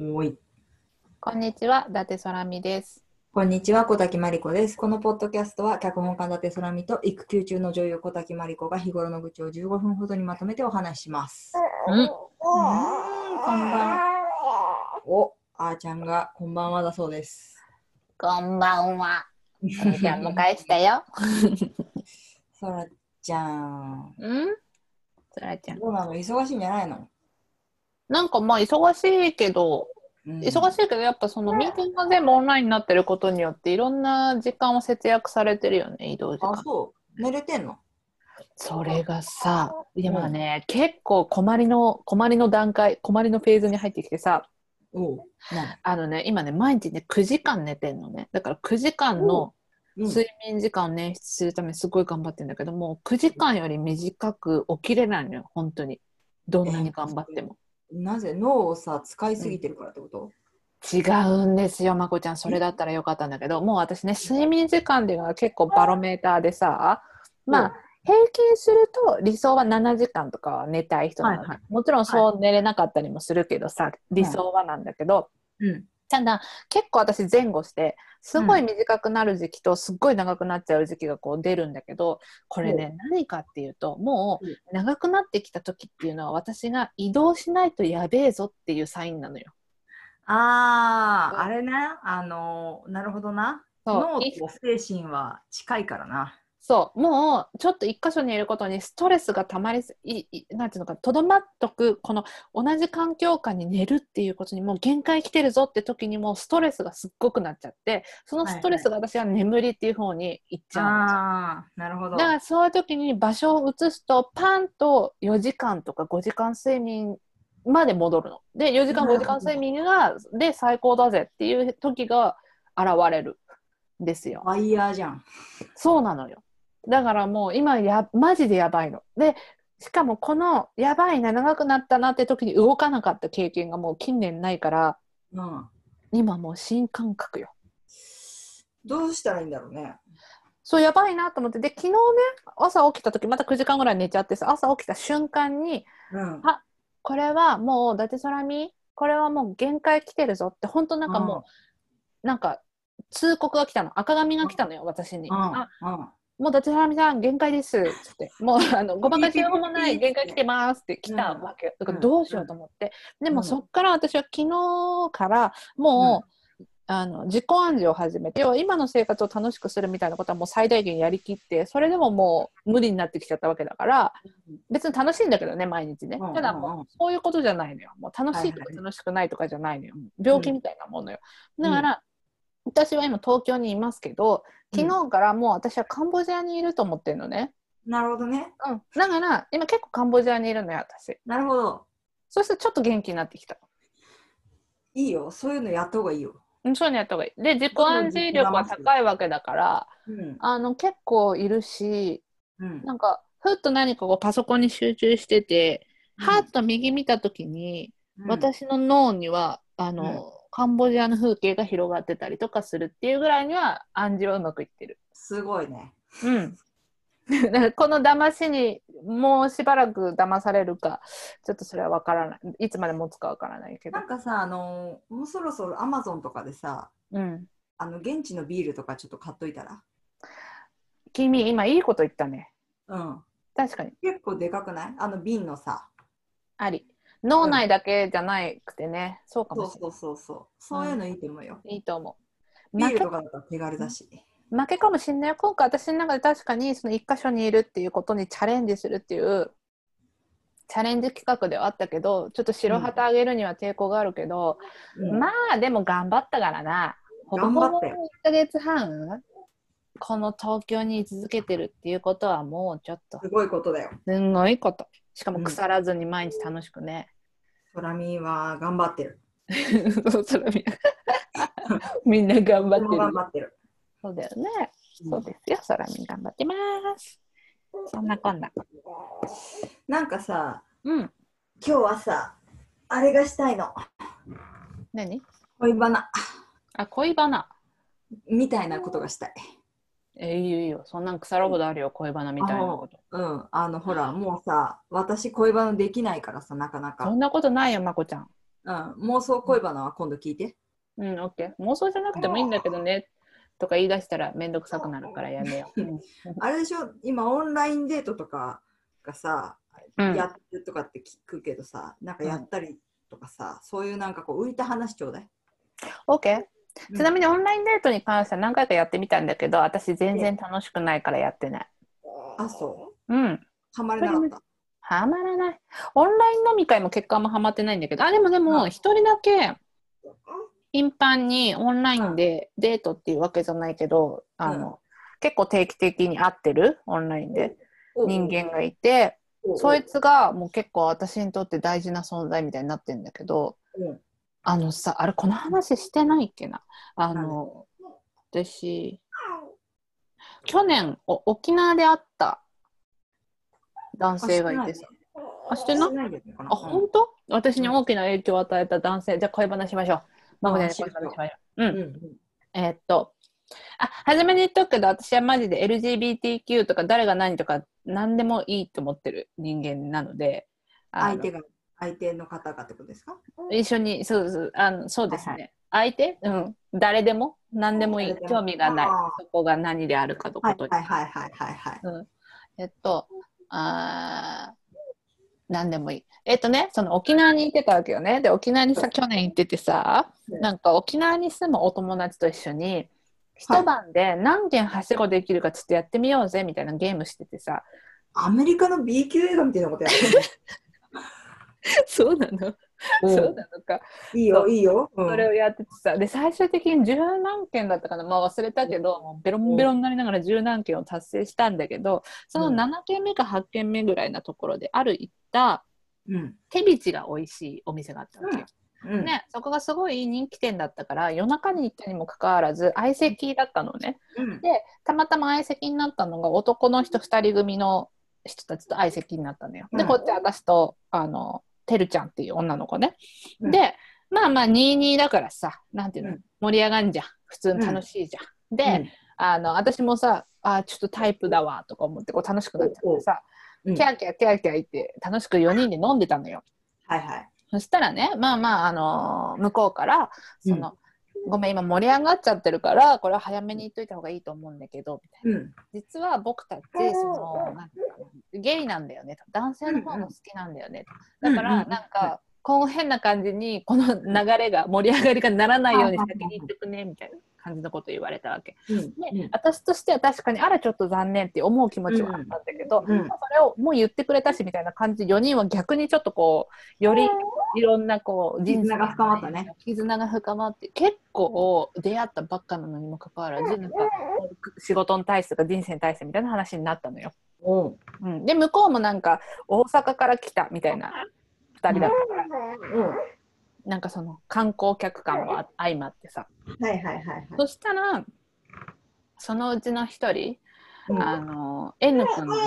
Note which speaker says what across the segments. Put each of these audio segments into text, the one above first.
Speaker 1: おい
Speaker 2: こんにちは、伊達空美です。
Speaker 1: こんにちは、小滝真理子です。このポッドキャストは、脚本家伊達空美と育休中の女優小滝真理子が日頃の愚痴を15分ほどにまとめてお話しします。
Speaker 2: うん、
Speaker 1: うーん、こんばんお、あーちゃんがこんばんはだそうです。
Speaker 2: こんばんは。おじちゃん 迎えしたよ。
Speaker 1: そらちゃん、
Speaker 2: うんそらちゃん。
Speaker 1: どうなの忙しいんじゃないの、
Speaker 2: なんかまあ忙しいけど、
Speaker 1: うん
Speaker 2: 忙しいけどやっぱそのミーティングが全部オンラインになってることによっていろんな時間を節約されてるよね、移動時
Speaker 1: あ、
Speaker 2: 間。
Speaker 1: そう。寝れてんの
Speaker 2: それがさ、今ね、結構困りの、困りの段階、困りのフェーズに入ってきてさ、
Speaker 1: おう。な
Speaker 2: あのね、今ね、毎日ね、9時間寝てんのね。だから9時間の、
Speaker 1: にうん
Speaker 2: 睡眠時間を捻出するためにすごい頑張ってるんだけどもう9時間より短く起きれないのよ本当にどんなに頑張っても、
Speaker 1: なぜ脳をさ、使いすぎてるからってこと、
Speaker 2: 違うんですよまこちゃんそれだったらよかったんだけどもう私ね睡眠時間っていうのが結構バロメーターでさまあ平均すると理想は7時間とかは寝たい人なの、
Speaker 1: はいはい
Speaker 2: もちろんそう寝れなかったりもするけどさ、理想はなんだけど、
Speaker 1: うん。
Speaker 2: ただ結構私前後してすごい短くなる時期とすっごい長くなっちゃう時期がこう出るんだけどこれね何かっていうとも
Speaker 1: うん
Speaker 2: う長くなってきた時っていうのは私が移動しないとやべえぞっていうサインなのよ。
Speaker 1: あ
Speaker 2: うん
Speaker 1: あ、あれね、あのー、なるほどな。
Speaker 2: そ
Speaker 1: 脳
Speaker 2: うい
Speaker 1: と精神は近いからな。
Speaker 2: そうもうちょっと一箇所にいることにストレスがたまりすいいなんていうのかとどまっとくこの同じ環境下に寝るっていうことにもう限界来てるぞって時にもうストレスがすっごくなっちゃってそのストレスが私は眠りっていう方にいっちゃうの。
Speaker 1: ああ、なるほど
Speaker 2: だ。からそういう時に場所を移すとパンと4時間とか5時間睡眠まで戻るの。で4時間
Speaker 1: なるほど
Speaker 2: 5時間睡眠がで最高だぜっていう時が現れるんですよ。
Speaker 1: ワイヤーじゃん。
Speaker 2: そうなのよ。だからもう今やマジでやばいの。でしかもこのやばいな長くなったなって時に動かなかった経験がもう近年ないから
Speaker 1: うん。
Speaker 2: 今もう新感覚よ。
Speaker 1: どうしたらいいんだろうね。
Speaker 2: そうやばいなと思ってで昨日ね朝起きた時また9時間ぐらい寝ちゃってさ朝起きた瞬間に
Speaker 1: うん。
Speaker 2: あこれはもう伊達空見これはもう限界来てるぞって本当なんかもうなんか通告が来たの赤紙が来たのよ私に、
Speaker 1: うん。うん。
Speaker 2: あもう伊達空見さん限界ですっつってもうあのごまかしようもない限界来てますって来たわけよだからどうしようと思ってでもそっから私は昨日からもう、あの自己暗示を始めて要は今の生活を楽しくするみたいなことはもう最大限やりきってそれでももう無理になってきちゃったわけだから別に楽しいんだけどね毎日ね
Speaker 1: うん
Speaker 2: ただもう
Speaker 1: うんうん
Speaker 2: そういうことじゃないのよ。もう楽しいと
Speaker 1: は
Speaker 2: か
Speaker 1: いはい
Speaker 2: 楽しくないとかじゃないのよ。病気みたいなものよ。
Speaker 1: うん
Speaker 2: だから、私は今東京にいますけど、昨日からもう私はカンボジアにいると思ってるのね。
Speaker 1: なるほどね。
Speaker 2: うん。だから、今結構カンボジアにいるのよ、私。
Speaker 1: なるほど。
Speaker 2: そうするとちょっと元気になってきた。
Speaker 1: いいよ。そういうのやった方がいいよ。
Speaker 2: うん、そういうのやった方がいい。で、自己暗示力は高いわけだから、
Speaker 1: うん。
Speaker 2: あの、結構いるし、
Speaker 1: うん。
Speaker 2: なんか、ふっと何かこうパソコンに集中してて、はっと右見たときに、
Speaker 1: うん、
Speaker 2: 私の脳にはあの、カンボジアの風景が広がってたりとかするっていうぐらいには暗示はうまくいってる。
Speaker 1: すごいね。
Speaker 2: うん、 だからこの騙しにもうしばらく騙されるかちょっとそれは分からないいつまで持つか分からないけど
Speaker 1: な、んかさ、あのーもうそろそろアマゾンとかでさ、
Speaker 2: うん、
Speaker 1: あの現地のビールとかちょっと買っといたら。
Speaker 2: 君今いいこと言ったね
Speaker 1: うん。
Speaker 2: 確かに
Speaker 1: 結構でかくないあの瓶のさ。
Speaker 2: あり脳内だけじゃなくてね、そうか
Speaker 1: そ
Speaker 2: も
Speaker 1: う
Speaker 2: しれな
Speaker 1: そうそうそう。そういうのいいと思うよ。
Speaker 2: いいいと思う
Speaker 1: ビー
Speaker 2: 負
Speaker 1: ル
Speaker 2: け
Speaker 1: とかだったら手軽だし。
Speaker 2: 負けかもしんないよ今回私の中で確かにその一箇所にいるっていうことにチャレンジするっていうチャレンジ企画ではあったけどちょっと白旗あげるには抵抗があるけど、
Speaker 1: うん
Speaker 2: まあでも頑張ったからなほぼ
Speaker 1: 頑
Speaker 2: ほ
Speaker 1: 張
Speaker 2: ぼ
Speaker 1: った
Speaker 2: 1
Speaker 1: よ
Speaker 2: ヶ月半この東京に居続けてるっていうことはもうちょっと
Speaker 1: すごいことだよ。
Speaker 2: すんごいことしか
Speaker 1: う
Speaker 2: も
Speaker 1: ん
Speaker 2: 腐らずに毎日楽しくね、
Speaker 1: ソラミは頑張ってる。
Speaker 2: そうそれみんなみんな頑張って
Speaker 1: 僕も
Speaker 2: る
Speaker 1: 頑張ってる。
Speaker 2: そうだよねそうですよ、そらみん頑張ってます。そんなこんな。
Speaker 1: なんかさ、
Speaker 2: うん。
Speaker 1: 今日はさ、あれがしたいの。
Speaker 2: 何
Speaker 1: 恋バナ
Speaker 2: あ、恋バナ。
Speaker 1: みたいなことがしたい。
Speaker 2: えいいよいいよ。そんなん腐るほどあるよ、恋バナみたいなこと。
Speaker 1: うん、あのほら、もうさ、私恋バナできないからさ、なかな
Speaker 2: そ
Speaker 1: か。
Speaker 2: んなことないよ、まこちゃん。
Speaker 1: うん、妄想恋バナは今度聞いて。
Speaker 2: うん、オッケー。妄想じゃなくてもいいんだけどね。とか言い出したらめんどくさくなるからやめよう。うん
Speaker 1: あれでしょ、今オンラインデートとかがさ、
Speaker 2: うん
Speaker 1: やってるとかって聞くけどさ、なんかやったりとかさ、そういうなんかこう浮いた話ちょうだい。
Speaker 2: オッケー。
Speaker 1: うん
Speaker 2: ちなみにオンラインデートに関しては何回かやってみたんだけど、私全然楽しくないからやってない。
Speaker 1: あ、そう。
Speaker 2: うん。
Speaker 1: ハマれなかった。
Speaker 2: はまらない。オンライン飲み会も結果もはまってないんだけど、あ、でもで
Speaker 1: う
Speaker 2: も、
Speaker 1: ん
Speaker 2: 一人だけ頻繁にオンラインでデートっていうわけじゃないけど、あの、結構定期的に会ってるオンラインで人間がいて、
Speaker 1: おうおう
Speaker 2: そいつがもう結構私にとって大事な存在みたいになってんだけど、
Speaker 1: うん
Speaker 2: あのさあれこの話してないっけなあの私去年お沖縄で会った男性がいてさあしてない
Speaker 1: ないけどかな
Speaker 2: あ本当私に大きな影響を与えた男性じゃあ恋バナしましょうマグネの恋バナしましょうう
Speaker 1: う
Speaker 2: ん
Speaker 1: んうん
Speaker 2: えーっと、あ、初めに言っとくけど、私はマジで LGBTQ とか誰が何とか何でもいいと思ってる人間なので、あ
Speaker 1: 相
Speaker 2: の
Speaker 1: 手が、相手の方がってことですか
Speaker 2: 一緒に、そうそうあのそうですね。
Speaker 1: はい
Speaker 2: 相手うん。誰でも何でもいい
Speaker 1: 誰で。も
Speaker 2: 興味がない
Speaker 1: あー。
Speaker 2: そこが何であるかと
Speaker 1: は
Speaker 2: こ
Speaker 1: い
Speaker 2: と
Speaker 1: はい
Speaker 2: に。
Speaker 1: はいはいはいはい。
Speaker 2: えっと、あー何でもいい。えっとね、その沖縄に行ってたわけよね。で、沖縄に
Speaker 1: そ
Speaker 2: さ、
Speaker 1: う
Speaker 2: 去年行っててさ、
Speaker 1: うん
Speaker 2: なんか沖縄に住むお友達と一緒に、一晩で何件はしごできるかちょっとやってみようぜみたいなゲームしててさ。
Speaker 1: アメリカの B 級映画みたいなことやって
Speaker 2: そうなの、
Speaker 1: る
Speaker 2: そうなのか。
Speaker 1: いいよいいよ。うん
Speaker 2: それをやっててさ、で、最終的に十何件だったかな、まあ忘れたけど、もうベロンベロンになりながら十何件を達成したんだけど、その
Speaker 1: うん
Speaker 2: 7件目か8件目ぐらいなところで、ある行った、
Speaker 1: うん
Speaker 2: 手びちが美味しいお店があったわけよ、
Speaker 1: うん
Speaker 2: ね、そこがすごい人気店だったから夜中に行ったにもかかわらず相席だったのね
Speaker 1: うん
Speaker 2: たまたま相席になったのが男の人2人組の人たちと相席になったのよ、
Speaker 1: う
Speaker 2: で
Speaker 1: ん
Speaker 2: こっち私とあのてるちゃんっていう女の子ね、
Speaker 1: うん
Speaker 2: でまあまあ22だからさなんていう
Speaker 1: う
Speaker 2: の、
Speaker 1: ん
Speaker 2: 盛り上がんじゃん普通に楽しいじゃん、で、あの私もさあーちょっとタイプだわとか思ってこう楽しくなっちゃってさ、
Speaker 1: うん
Speaker 2: キャーキャーキャーキャー言って楽しく4人で飲んでたのよ
Speaker 1: はいはい。
Speaker 2: そしたらね、まあまあ、あのー向こうから、その、ごめん、今盛り上がっちゃってるから、これは早めに言っといた方がいいと思うんだけど、みたいな。
Speaker 1: うん
Speaker 2: 実は僕たち、その、なんていうかなゲイなんだよねと。男性の方も好きなんだよねと。
Speaker 1: う
Speaker 2: だか
Speaker 1: んうん
Speaker 2: ら、
Speaker 1: うん
Speaker 2: なんか、こう変な感じに、この流れが、盛り上がりがならないように先に言ってくね、みたいな感じのこと言われたわけ。
Speaker 1: うん
Speaker 2: で、私としては確かに、あら、ちょっと残念って思う気持ちはあったんだけど、
Speaker 1: うんうん
Speaker 2: まあそれをもう言ってくれたし、みたいな感じで、4人は逆にちょっとこう、より、いろんなこう
Speaker 1: 絆が深まったね。
Speaker 2: 絆が深まって結構出会ったばっかなのにもかかわらずなんか仕事に対してとか人生に対してみたいな話になったのよ。
Speaker 1: おう
Speaker 2: うん、で向こうもなんか大阪から来たみたいな2人だったから、
Speaker 1: う
Speaker 2: なんかその観光客感もあ相まってさ。
Speaker 1: んはいはいはいはい。
Speaker 2: そしたらそのうちの1人、
Speaker 1: うん
Speaker 2: あの N 君なんです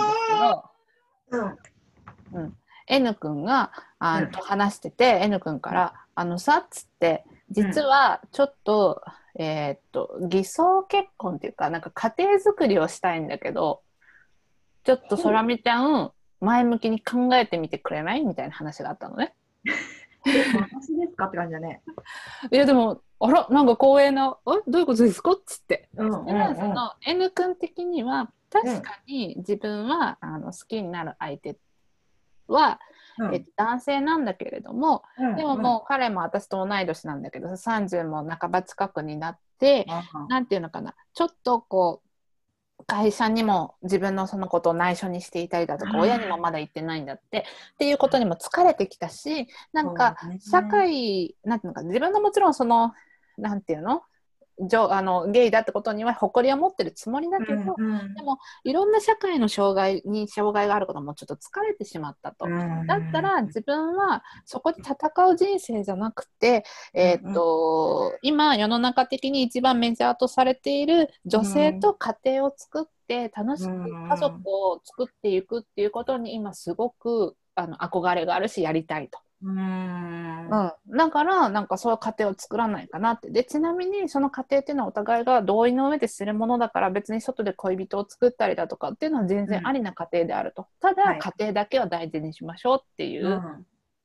Speaker 2: けど。
Speaker 1: うん。
Speaker 2: N 君があ
Speaker 1: うん
Speaker 2: と話してて、N 君から「あのさ」っつって実はちょっと,、えーっと偽装結婚っていうかなんか家庭作りをしたいんだけどちょっと空見ちゃん前向きに考えてみてくれないみたいな話があったのね。
Speaker 1: 私ですかって感じだね。
Speaker 2: いやでもあらなんか光栄な「えどういうことですか?」っつって。
Speaker 1: うんうん
Speaker 2: でその N 君的には確かに自分は、あの好きになる相手は、えっと、男性なんだけれども、でももう彼も私と同い年なんだけど30も半ば近くになってなんていうのかなちょっとこう会社にも自分のそのことを内緒にしていたりだと
Speaker 1: う
Speaker 2: か
Speaker 1: ん
Speaker 2: 親にもまだ言ってないんだってっていうことにも疲れてきたしなんか社会なんていうのかな自分のもちろんそのなんていうのじょあのゲイだってことには誇りを持ってるつもりだけど、いろんな社会の障害に障害があることもちょっと疲れてしまったと。だったら自分はそこで戦う人生じゃなくて、えーっと今世の中的に一番メジャーとされている女性と家庭を作って楽しく
Speaker 1: うん
Speaker 2: 家族を作っていくっていうことに今すごくあの憧れがあるしやりたいと。
Speaker 1: うん
Speaker 2: うん、だからなんかそういう家庭を作らないかなってでちなみにその家庭っていうのはお互いが同意の上でするものだから別に外で恋人を作ったりだとかっていうのは全然ありな家庭であると、た
Speaker 1: は
Speaker 2: だ
Speaker 1: い
Speaker 2: 家庭だけは大事にしましょうっていう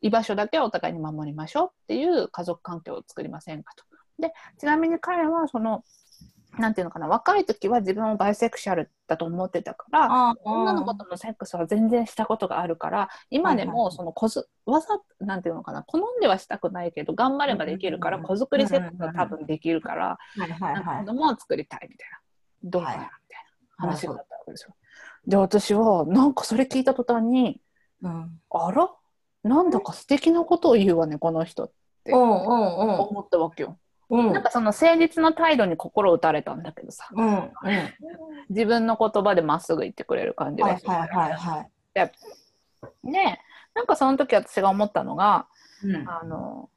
Speaker 2: 居場所だけはお互いに守りましょうっていう家族環境を作りませんかと。でちなみに彼はそのなんていうのかな若い時は自分をバイセクシャルだと思ってたから
Speaker 1: ああ
Speaker 2: 女の子とのセックスは全然したことがあるから今で
Speaker 1: はいはいは
Speaker 2: も
Speaker 1: い
Speaker 2: そのこずわざなんていうのかな好んではしたくないけど頑張ればできるから
Speaker 1: うんうんう
Speaker 2: 子
Speaker 1: ん
Speaker 2: 作りセックスは多分できるから
Speaker 1: はいはい
Speaker 2: なんか
Speaker 1: は
Speaker 2: 子
Speaker 1: い。
Speaker 2: 供を作りたいみたいなどうかなみ
Speaker 1: は
Speaker 2: た
Speaker 1: い
Speaker 2: いな話があったわけですよ。で私はなんかそれ聞いた途端に
Speaker 1: うん。
Speaker 2: あらなんだか素敵なことを言うわねこの人って
Speaker 1: おう
Speaker 2: 思
Speaker 1: おう
Speaker 2: ったわけよ。
Speaker 1: おう。うん。
Speaker 2: なんかその誠実な態度に心打たれたんだけどさ
Speaker 1: うん。うん。はい
Speaker 2: 自分の言葉でまっすぐ言ってくれる感じ
Speaker 1: は
Speaker 2: が
Speaker 1: い
Speaker 2: する
Speaker 1: はいはい。
Speaker 2: でなんかその時私が思ったのが
Speaker 1: うん。
Speaker 2: あの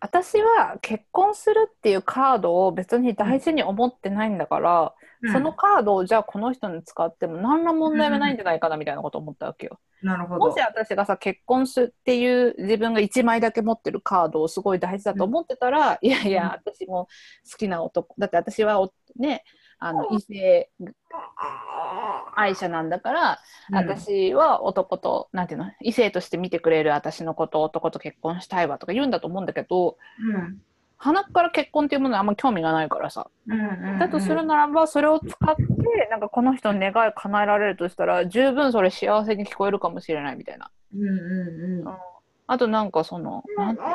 Speaker 2: 私は結婚するっていうカードを別に大事に思ってないんだから、そのカードをじゃあこの人に使っても何ら問題もないんじゃないかなみたいなこと思ったわけよ。
Speaker 1: なるほ
Speaker 2: も
Speaker 1: ど
Speaker 2: し。私がさ結婚するっていう自分が1枚だけ持ってるカードをすごい大事だと思ってたら、いやいや私も好きな男だって私はおねあの異性愛者なんだから、私は男となんていうの異性として見てくれる私のことを男と結婚したいわとか言うんだと思うんだけど
Speaker 1: うん。
Speaker 2: 鼻から結婚っていうものにあんま興味がないからさ、
Speaker 1: うん。うん。
Speaker 2: だとするならばそれを使ってなんかこの人の願い叶えられるとしたら十分それ幸せに聞こえるかもしれないみたいな。
Speaker 1: うんうんうん。
Speaker 2: あとなんかその、なんていう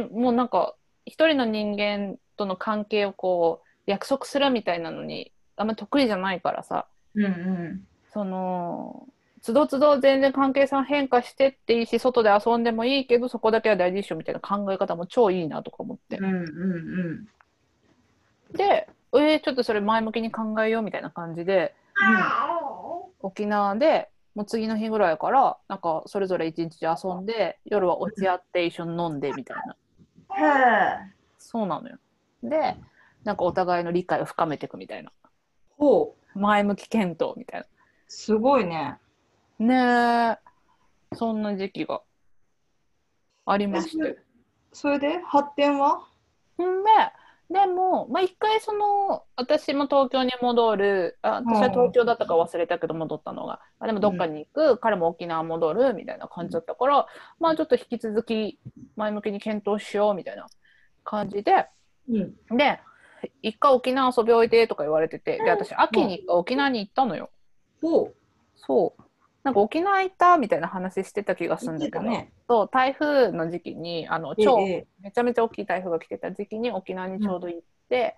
Speaker 2: の私もうなんか一人の人間との関係をこう約束するみたいなのにあんま得意じゃないからさ
Speaker 1: うんうん。
Speaker 2: そのつどつど全然関係さ変化してっていいし外で遊んでもいいけどそこだけは大事にしようみたいな考え方も超いいなとか思って
Speaker 1: うんうんうん。
Speaker 2: でえー、ちょっとそれ前向きに考えようみたいな感じで沖縄でもう次の日ぐらいからなんかそれぞれ一日遊んで夜は落ち合って一緒に飲んでみたいな。
Speaker 1: へえ。
Speaker 2: そうなのよ。で、なんかお互いの理解を深めていくみたいな。
Speaker 1: ほう。
Speaker 2: 前向き検討みたい
Speaker 1: すごいね。
Speaker 2: な。ねえ、そんな時期がありまして。
Speaker 1: えそれで発展は
Speaker 2: んで、でも、まあ、一回その、私も東京に戻る、あ私は東京だったか忘れたけど戻ったのが、あでもどっかに行く、彼も沖縄戻るみたいな感じだったから、まあちょっと引き続き前向きに検討しようみたいな感じで、
Speaker 1: うん。
Speaker 2: で一回沖縄遊びおいでとか言われててで私秋に一回沖縄に行ったのよ、
Speaker 1: ほ
Speaker 2: そうなんか沖縄行ったみたいな話してた気が
Speaker 1: う。
Speaker 2: するんだけど、
Speaker 1: ね。
Speaker 2: そう台風の時期にあの
Speaker 1: え
Speaker 2: 超、
Speaker 1: え。
Speaker 2: めちゃめちゃ大きい台風が来てた時期に沖縄にちょうど行って、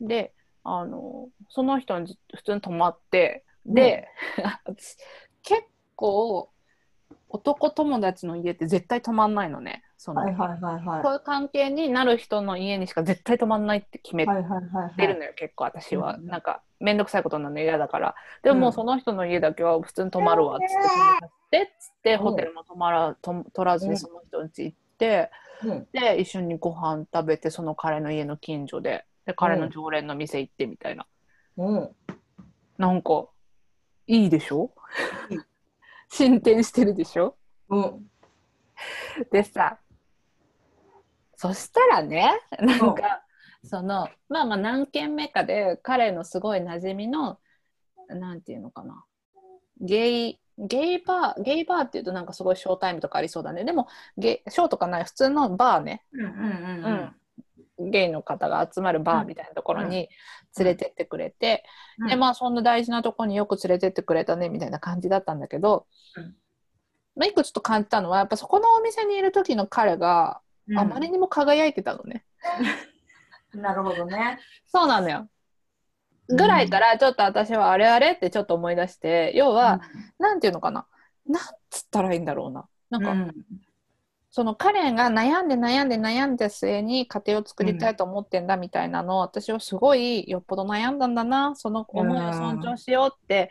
Speaker 1: うん。
Speaker 2: であのその人に普通に泊まってで、 私結構男友達の家って絶対泊まんないのねその、
Speaker 1: はいはいはいはい
Speaker 2: こ。ういう関係になる人の家にしか絶対泊まんないって決めて
Speaker 1: はいはいはい
Speaker 2: 出
Speaker 1: は
Speaker 2: る
Speaker 1: い。
Speaker 2: のよ、結構私は、
Speaker 1: うん
Speaker 2: なんか面倒くさいことになるの嫌だからでももうその人の家だけは普通に泊まるわっつって泊まってっつって
Speaker 1: うん
Speaker 2: ホテルも泊まらと取らず
Speaker 1: う
Speaker 2: に
Speaker 1: ん
Speaker 2: その人ん家行って
Speaker 1: うん。
Speaker 2: で一緒にご飯食べてその彼の家の近所でで彼の常連の店行ってみたいな、
Speaker 1: うん。
Speaker 2: なんかいいでしょ
Speaker 1: うん
Speaker 2: 進展してるでしょ
Speaker 1: うん。
Speaker 2: でさそしたらねなんかそのまあまあ何軒目かで彼のすごい馴染みのなんていうのかなゲイゲイバーゲイバーっていうとなんかすごいショータイムとかありそうだねでもゲイショーとかない普通のバーね、
Speaker 1: うんうん
Speaker 2: ゲイの方が集まるバーみたいなところに連れてってくれて、
Speaker 1: うん。
Speaker 2: でまあそんな大事なとこによく連れてってくれたねみたいな感じだったんだけど、
Speaker 1: うん
Speaker 2: まあ一個ちょっと感じたのはやっぱそこのお店にいる時の彼があまりにも輝いてたのね。
Speaker 1: なるほどね。
Speaker 2: そうなのよ。ぐらいからちょっと私はあれあれってちょっと思い出して、要は、なんていうのかな。なんつったらいいんだろうな。なんか、
Speaker 1: うん
Speaker 2: その彼が悩んで悩んで悩んで末に家庭を作りたいと思ってんだみたいなのを、私はすごいよっぽど悩んだんだな。その思いを尊重しようって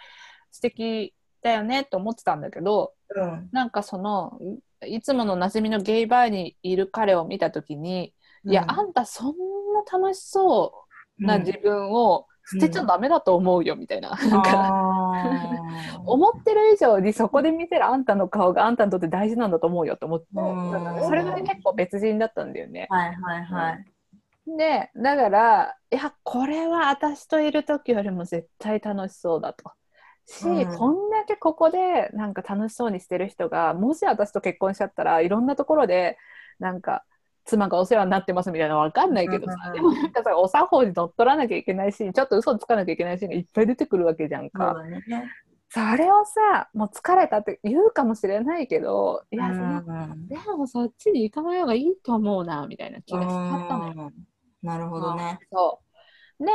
Speaker 2: 素敵だよねと思ってたんだけど、
Speaker 1: うん
Speaker 2: なんかその、いつもの馴染みのゲイバーにいる彼を見たときに、
Speaker 1: うん
Speaker 2: いや、あんたそんな楽しそうな自分を捨てちゃダメだと思うよ、みたいな。
Speaker 1: うん
Speaker 2: なんか
Speaker 1: あー
Speaker 2: 思ってる以上にそこで見せるあんたの顔があんたにとって大事なんだと思うよと思って
Speaker 1: うん
Speaker 2: だからそれがね結構別人だったんだよね。
Speaker 1: はいはいはい。
Speaker 2: でだからいやこれは私といる時よりも絶対楽しそうだとし、
Speaker 1: うん
Speaker 2: こんだけここでなんか楽しそうにしてる人がもし私と結婚しちゃったらいろんなところでなんか妻がお世話になってますみたいなのわかんないけどさ、
Speaker 1: うん
Speaker 2: でもなんかさお作法に乗っ取らなきゃいけないしちょっと嘘つかなきゃいけないシーンがいっぱい出てくるわけじゃん
Speaker 1: そう
Speaker 2: か、
Speaker 1: だね。
Speaker 2: それをさもう疲れたって言うかもしれないけどいや、
Speaker 1: うん
Speaker 2: でもそっちに行かない方がいいと思うなみたいな気がしちゃったのよ。
Speaker 1: うんなるほどね。
Speaker 2: そうで、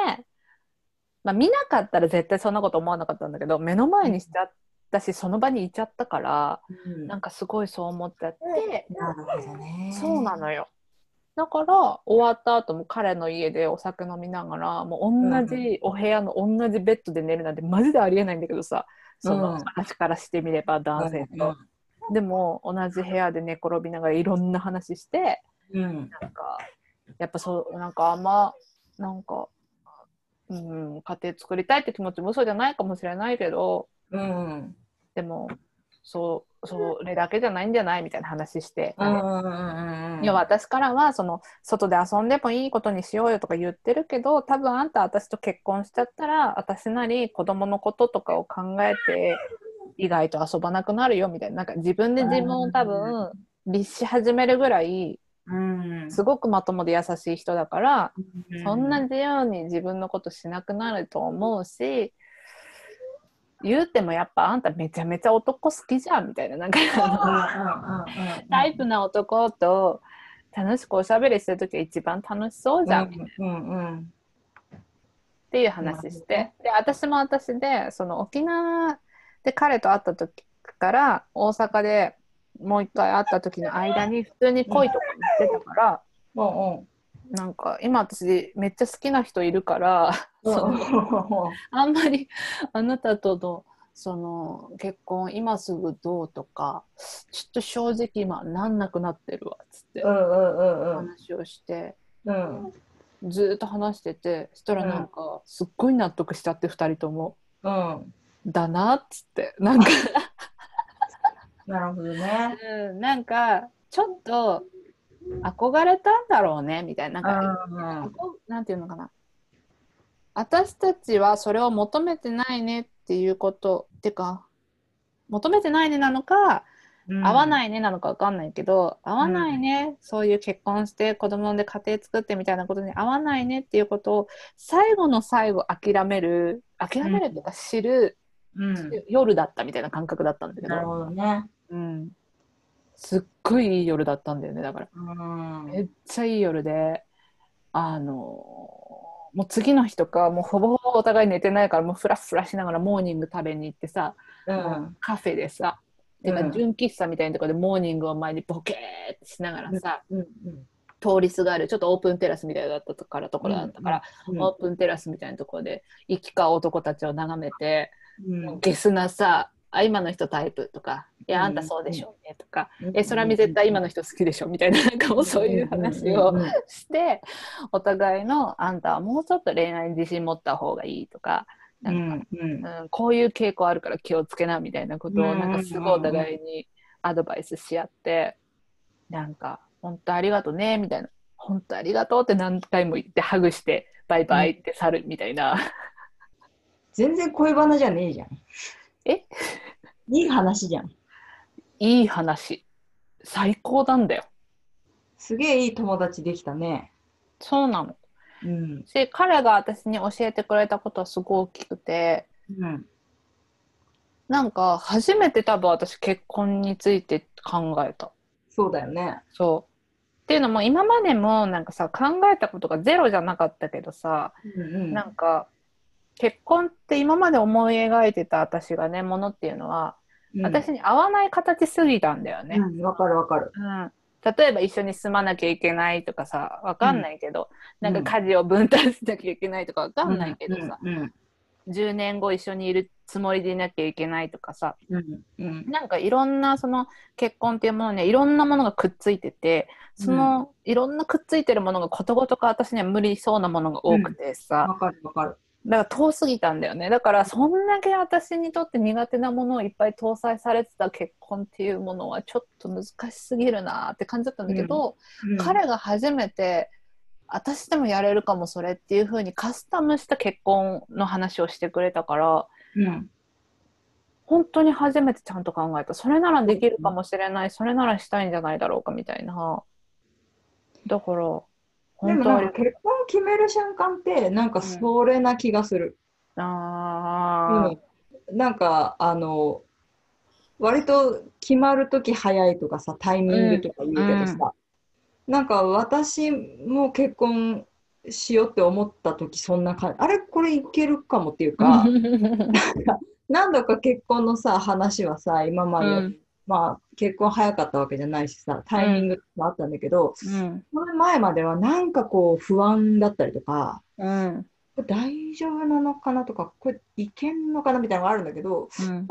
Speaker 2: まあ、見なかったら絶対そんなこと思わなかったんだけど目の前にしちゃったしその場にいちゃったから
Speaker 1: うん
Speaker 2: な
Speaker 1: なん
Speaker 2: かすごいそう思っちゃって、
Speaker 1: るほどね。
Speaker 2: そうなのよだから終わった後も彼の家でお酒飲みながらもう同じお部屋の同じベッドで寝るなんてマジでありえないんだけどさその
Speaker 1: うん
Speaker 2: 私からしてみれば男性と、でも同じ部屋で寝転びながらいろんな話して
Speaker 1: うん。
Speaker 2: なんかやっぱそうなんかあんまなんか、うん、家庭作りたいって気持ちも嘘じゃないかもしれないけど
Speaker 1: うん。
Speaker 2: でもそうそれだけじゃないんじゃないみたいな話して、
Speaker 1: うんうんうん。
Speaker 2: いや私からはその外で遊んでもいいことにしようよとか言ってるけど多分あんた私と結婚しちゃったら私なり子供のこととかを考えて意外と遊ばなくなるよみたいななんか自分で自分を多分律し始めるぐらい
Speaker 1: うん。
Speaker 2: すごくまともで優しい人だから、
Speaker 1: うん
Speaker 2: そんな自由に自分のことしなくなると思うし言うてもやっぱあんためちゃめちゃ男好きじゃんみたいななんか
Speaker 1: うんうんうん
Speaker 2: あの
Speaker 1: うん
Speaker 2: タイプな男と楽しくおしゃべりしてる時が一番楽しそうじゃんっ
Speaker 1: うんうん
Speaker 2: ていう話して、で私も私でその沖縄で彼と会った時から大阪でもう一回会った時の間に普通に恋とかもしてたから。
Speaker 1: うん
Speaker 2: なんか今私めっちゃ好きな人いるから、
Speaker 1: うん
Speaker 2: そのあんまり あなたとのその結婚今すぐどうとかちょっと正直今なんなくなってるわっつって
Speaker 1: うんうん
Speaker 2: 話をして、
Speaker 1: うん
Speaker 2: ずーっと話しててそしたらなんかすっごい納得しちゃって2人とも
Speaker 1: うん
Speaker 2: だなっつってなんか、
Speaker 1: なるほどね。
Speaker 2: なんかちょっと憧れたんだろうねみたいななんか
Speaker 1: うん
Speaker 2: なんていうのかな私たちはそれを求めてないねっていうことってか求めてないねなのか、
Speaker 1: うん
Speaker 2: 合わないねなのかわかんないけど合わないね、そういう結婚して子供産んで家庭作ってみたいなことに合わないねっていうことを最後の最後諦める諦めるっていうか知る、
Speaker 1: うん。
Speaker 2: 夜だったみたいな感覚だったんだけど
Speaker 1: なる、ほどね。
Speaker 2: うん、すっごいいい夜だったんだよねだから。
Speaker 1: うん。
Speaker 2: めっちゃいい夜であのもう次の日とかもうほぼほぼお互い寝てないからもうフラフラしながらモーニング食べに行ってさ、
Speaker 1: う
Speaker 2: も
Speaker 1: ん
Speaker 2: うカフェでさて
Speaker 1: う
Speaker 2: か
Speaker 1: ん
Speaker 2: 純喫茶みたいなところでモーニングを前にボケーってしながらさ、
Speaker 1: うん
Speaker 2: 通りすがるちょっとオープンテラスみたいだったからところだったから、
Speaker 1: うん
Speaker 2: オープンテラスみたいなところで行き交う男たちを眺めて、
Speaker 1: うん
Speaker 2: ゲスなさあ今の人タイプとか「いやあんたそうでしょうね」とか「えそれは絶対今の人好きでしょ」みたいななんかもうそういう話を
Speaker 1: うんうん
Speaker 2: してお互いのあんたはもうちょっと恋愛に自信持った方がいいとかなんか、
Speaker 1: うん
Speaker 2: うんこういう傾向あるから気をつけなみたいなこと
Speaker 1: うんうん
Speaker 2: を
Speaker 1: うん
Speaker 2: なんかすごいお互いにアドバイスし合ってなんか「本当ありがとうね」みたいな「本当ありがとう」って何回も言ってハグして「バイバイ」って去るみたいな、
Speaker 1: 全然恋バナじゃねえじゃん。
Speaker 2: え
Speaker 1: いい話じゃん。
Speaker 2: いい話最高なんだよ
Speaker 1: すげえいい友達できたね。
Speaker 2: そうなの
Speaker 1: うん。
Speaker 2: し彼が私に教えてくれたことはすごい大きくて
Speaker 1: うん。
Speaker 2: なんか初めて多分私結婚について考えた。
Speaker 1: そうだよね。
Speaker 2: そうっていうのも今までもなんかさ考えたことがゼロじゃなかったけどさ、
Speaker 1: うんうん。
Speaker 2: なんか結婚って今まで思い描いてた私がねものっていうのは、
Speaker 1: うん、
Speaker 2: 私に合わない形すぎたんだよね。
Speaker 1: うん、わかるわかる。
Speaker 2: うん例えば一緒に住まなきゃいけないとかさわかんないけど、
Speaker 1: うん
Speaker 2: なんか家事を分担しなきゃいけないとかわかんないけどさ、
Speaker 1: うんうん
Speaker 2: 10年後一緒にいるつもりでいなきゃいけないとかさ、
Speaker 1: うんうん
Speaker 2: なんかいろんなその結婚っていうものにはいろんなものがくっついててそのいろんなくっついてるものがことごとく私には無理そうなものが多くてさ、
Speaker 1: わかるわかる。
Speaker 2: だから遠すぎたんだよねだからそんだけ私にとって苦手なものをいっぱい搭載されてた結婚っていうものはちょっと難しすぎるなって感じだったんだけど、
Speaker 1: うん、
Speaker 2: 彼が初めて私でもやれるかもそれっていう風にカスタムした結婚の話をしてくれたから
Speaker 1: うん
Speaker 2: 本当に初めてちゃんと考えたそれならできるかもしれない、それならしたいんじゃないだろうかみたいなだから
Speaker 1: で
Speaker 2: 本
Speaker 1: も
Speaker 2: 当
Speaker 1: な
Speaker 2: あ
Speaker 1: ん
Speaker 2: れ
Speaker 1: か結婚決める瞬間ってなんかそれな気がする。
Speaker 2: あー、
Speaker 1: うんなんかあの割と決まる時早いとかさタイミングとか言うけどさ、なんか私も結婚しようって思った時そんな感じあれこれいけるかもっていうか何度か結婚のさ話はさ今まで、
Speaker 2: うん
Speaker 1: まあ、結婚早かったわけじゃないしさタイミングもあったんだけど、
Speaker 2: うん
Speaker 1: その前まではなんかこう不安だったりとか。
Speaker 2: うん
Speaker 1: これ大丈夫なのかなとか、これいけんのかなみたいなのがあるんだけど、
Speaker 2: うん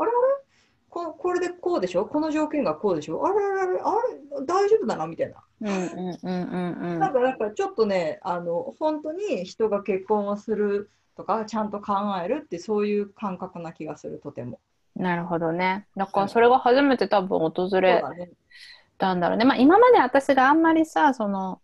Speaker 1: ここれでこうでしょこの条件がこうでしょあれあれあれあれ大丈夫だなみたいな。
Speaker 2: うんうんうんうん
Speaker 1: なんかなんかちょっとね、あの本当に人が結婚をするとか、ちゃんと考えるってそういう感覚な気がする、とても。
Speaker 2: なるほどね。だからそれが初めて多分訪
Speaker 1: そう
Speaker 2: れ
Speaker 1: だね。
Speaker 2: たんだろうね。まあ今まで私があんまりさ、その、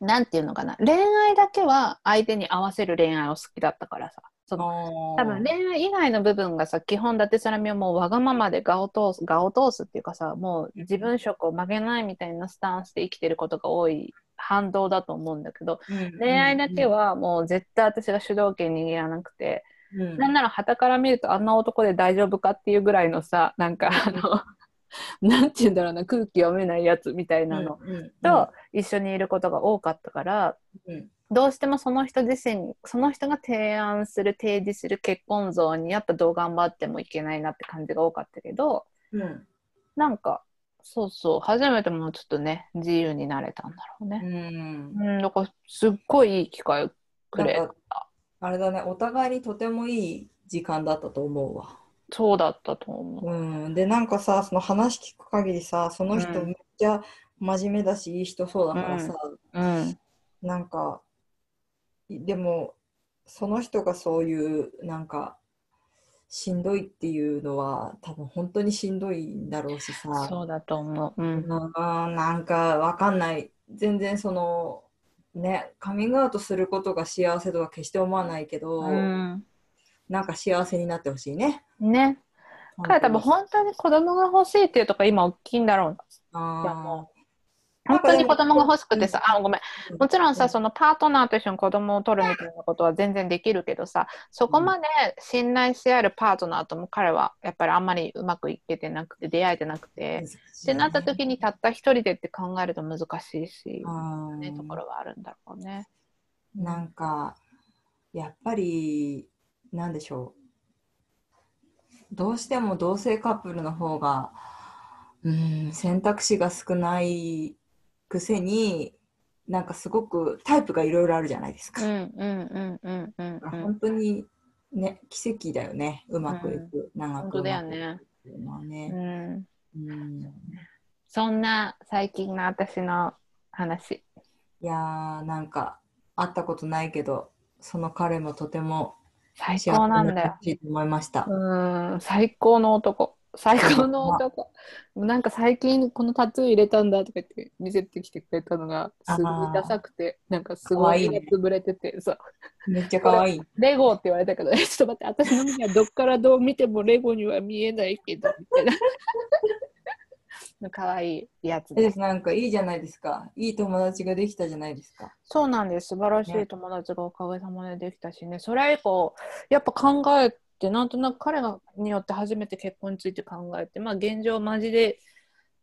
Speaker 2: なんていうのかな、恋愛だけは相手に合わせる恋愛を好きだったからさ。その多
Speaker 1: 多
Speaker 2: 分恋愛以外の部分がさ基本伊達サラミはもうわがままで我を通す我を通すっていうかさもう自分色を曲げないみたいなスタンスで生きてることが多い反動だと思うんだけど恋愛だけ、はもう絶対私が主導権握らなくて、
Speaker 1: うんうん
Speaker 2: なんなら傍から見るとあんな男で大丈夫かっていうぐらいのさなんかあの なんて言うんだろうな空気読めないやつみたいなの
Speaker 1: うんうん
Speaker 2: と一緒にいることが多かったから、
Speaker 1: うん
Speaker 2: どうしてもその人自身その人が提案する提示する結婚像にやっぱどう頑張ってもいけないなって感じが多かったけど
Speaker 1: うん
Speaker 2: なんかそうそう初めてもうちょっとね自由になれたんだろうね。
Speaker 1: うん
Speaker 2: うん、だからすっごいいい機会くれ
Speaker 1: なんかあれだね、お互いにとてもいい時間だったと思うわ。
Speaker 2: そうだったと思
Speaker 1: うん、でなんかさその話聞く限りさその人
Speaker 2: うん
Speaker 1: めっちゃ真面目だし、いい人そうだからさ、
Speaker 2: う。うん、
Speaker 1: なんかいでもその人がそういうなんかしんどいっていうのは多分本当にしんどいんだろうしさ
Speaker 2: そうだと思う。う
Speaker 1: うんん、なんかわかんない全然そのねカミングアウトすることが幸せとは決して思わないけど、
Speaker 2: うん
Speaker 1: なんか幸せになってほしいね。
Speaker 2: ね。彼多分本当に子供が欲しいっていうとか今大きいんだろうな。
Speaker 1: あー
Speaker 2: いやも本当に子供が欲しくてさ、あ、ごめん。もちろん
Speaker 1: う
Speaker 2: さ、
Speaker 1: ん
Speaker 2: そのパートナーと一緒に子供を取るみたいなことは全然できるけどさ、そこまで信頼し合えるパートナーとも彼はやっぱりあんまりうまくいけてなくて、出会えてなくて。ってなった時にたった一人でって考えると難しいし、ね、ところがあるんだろうね。
Speaker 1: なんかやっぱりなんでしょうどうしても同性カップルの方がうん選択肢が少ないくせになんかすごくタイプがいろいろあるじゃないです
Speaker 2: うん
Speaker 1: か、
Speaker 2: うんうんうんうんうん。
Speaker 1: 本当にね奇跡だよねうまくいく、長
Speaker 2: 本
Speaker 1: く
Speaker 2: 当
Speaker 1: う
Speaker 2: だ
Speaker 1: まくい
Speaker 2: よ
Speaker 1: く
Speaker 2: ね。
Speaker 1: っていうのは
Speaker 2: う
Speaker 1: ね、
Speaker 2: ん。
Speaker 1: うん、
Speaker 2: そんな最近の私の話。
Speaker 1: いやーなんか会ったことないけどその彼もとても
Speaker 2: 最
Speaker 1: 幸
Speaker 2: 高
Speaker 1: せ
Speaker 2: な
Speaker 1: なん
Speaker 2: だよ。
Speaker 1: しいと思いました
Speaker 2: う。ーん、最高の男。最高の男。なんか最近このタトゥー入れたんだとか言って見せてきてくれたのがすごいダサくて、なんかすごい目が潰れててさ、
Speaker 1: めっちゃ可愛い。
Speaker 2: レゴって言われたけど、えちょっと待って、私の目にはどっからどう見てもレゴには見えない けど、みたいな。可愛いやつ
Speaker 1: え
Speaker 2: で。
Speaker 1: ですもなんかいいじゃないですか。いい友達ができたじゃないですか。
Speaker 2: そうなんです。素晴らしい
Speaker 1: ね
Speaker 2: 友達がおかげさまでできたしね、それ以降、やっぱ考えて、なんとなく彼がによって初めて結婚について考えて、まあ現状マジで、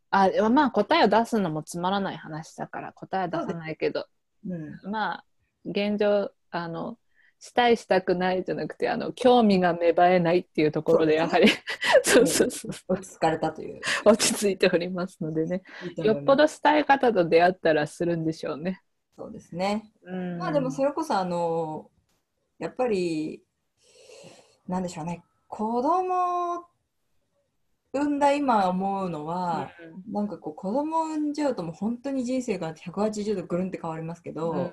Speaker 2: あまあ答えを出すのもつまらない話だから答えは出さないけど、
Speaker 1: うん。
Speaker 2: まあ現状、あの、したいしたくないじゃなくて、あの、興味が芽生えないっていうところで、やはり、 そ
Speaker 1: そうう
Speaker 2: そうそう、
Speaker 1: 落ち着かれたという。
Speaker 2: 落ち着いておりますのでね、
Speaker 1: いいと思
Speaker 2: よ
Speaker 1: います
Speaker 2: っぽどしたい方と出会ったらするんでしょうね。
Speaker 1: そうですね。
Speaker 2: うん
Speaker 1: まあでもそれこそあのやっぱりなんでしょうね。子供を産んだ今思うのは、
Speaker 2: うん
Speaker 1: なんかこう子供を産んじゃうともう本当に人生が180度ぐるんって変わりますけど、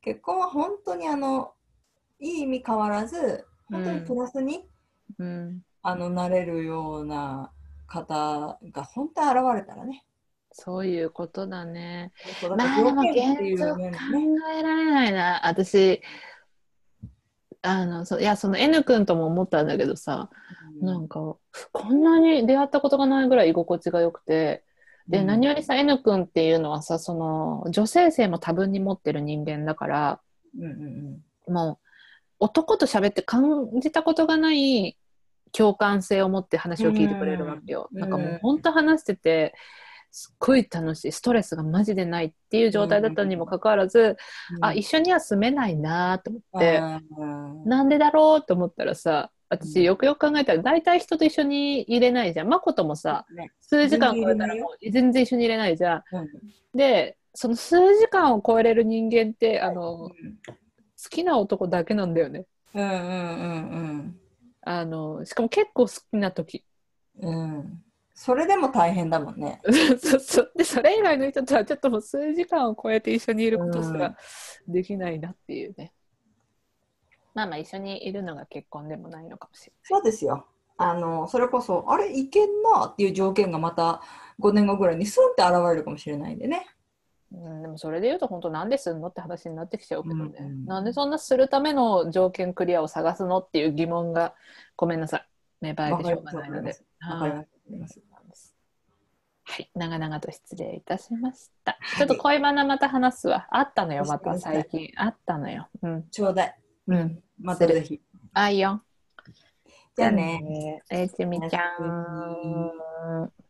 Speaker 1: 結婚は本当にあのいい意味変わらず本当にプラスに、
Speaker 2: うんうん
Speaker 1: あのなれるような方が本当に現れたらね。
Speaker 2: そういうことだね。
Speaker 1: そうだ
Speaker 2: ま
Speaker 1: か
Speaker 2: あで
Speaker 1: ら
Speaker 2: も
Speaker 1: 条
Speaker 2: 現
Speaker 1: 件っていう
Speaker 2: 状考
Speaker 1: 面もね。
Speaker 2: えられないな。私、あの、そういや、その N 君とも思ったんだけどさ、なんか、こんなに出会ったことがないぐらい居心地が良くて、で、
Speaker 1: うん
Speaker 2: 何よりさ、N 君っていうのはさ、その、女性性も多分に持ってる人間だから、
Speaker 1: うんうん
Speaker 2: もう、男と喋って感じたことがない共感性を持って話を聞いてくれるわけよ。
Speaker 1: うん
Speaker 2: なんかも
Speaker 1: うん
Speaker 2: う、本当話してて、すっごい楽しい、ストレスがマジでないっていう状態だったにもかかわらず、
Speaker 1: うん、
Speaker 2: あ、一緒には住めないなと思って、
Speaker 1: あー
Speaker 2: なんでだろうと思ったらさ
Speaker 1: うん
Speaker 2: 私よくよく考えたら大体人と一緒に入れないじゃん。まこともさ
Speaker 1: ね
Speaker 2: 数時間超えたらもう全然一緒に入れないじゃん。
Speaker 1: うん
Speaker 2: でその数時間を超えれる人間ってあの
Speaker 1: う
Speaker 2: 好
Speaker 1: ん
Speaker 2: きな男だけなんだよね。
Speaker 1: うん
Speaker 2: あのしかも結構好きな時
Speaker 1: うんうんうんそれでも大変だもんね。
Speaker 2: そうそうでそれ以外の人とはちょっともう数時間を超えて一緒にいることすらできないなっていうね。まあまあ一緒にいるのが結婚でもないのかもしれない。
Speaker 1: そうですよ。あのそれこそあれいけんなっていう条件がまた5年後ぐらいにスンって現れるかもしれないんでね。
Speaker 2: うん、でもそれで言うと本当なんですんのって話になってきちゃうけどね、
Speaker 1: うんうん
Speaker 2: なんでそんなするための条件クリアを探すのっていう疑問がごめんなさい芽生えてしょうがないので
Speaker 1: わかり
Speaker 2: は
Speaker 1: ます。
Speaker 2: い長々と失礼いたしましたちょっと恋バナまた話すわあったのよまた最近あったのようん
Speaker 1: ちょうだい。
Speaker 2: うん
Speaker 1: またぜひ。
Speaker 2: あいよ
Speaker 1: じゃあね。
Speaker 2: えーちみちゃ
Speaker 1: おやすみ
Speaker 2: ん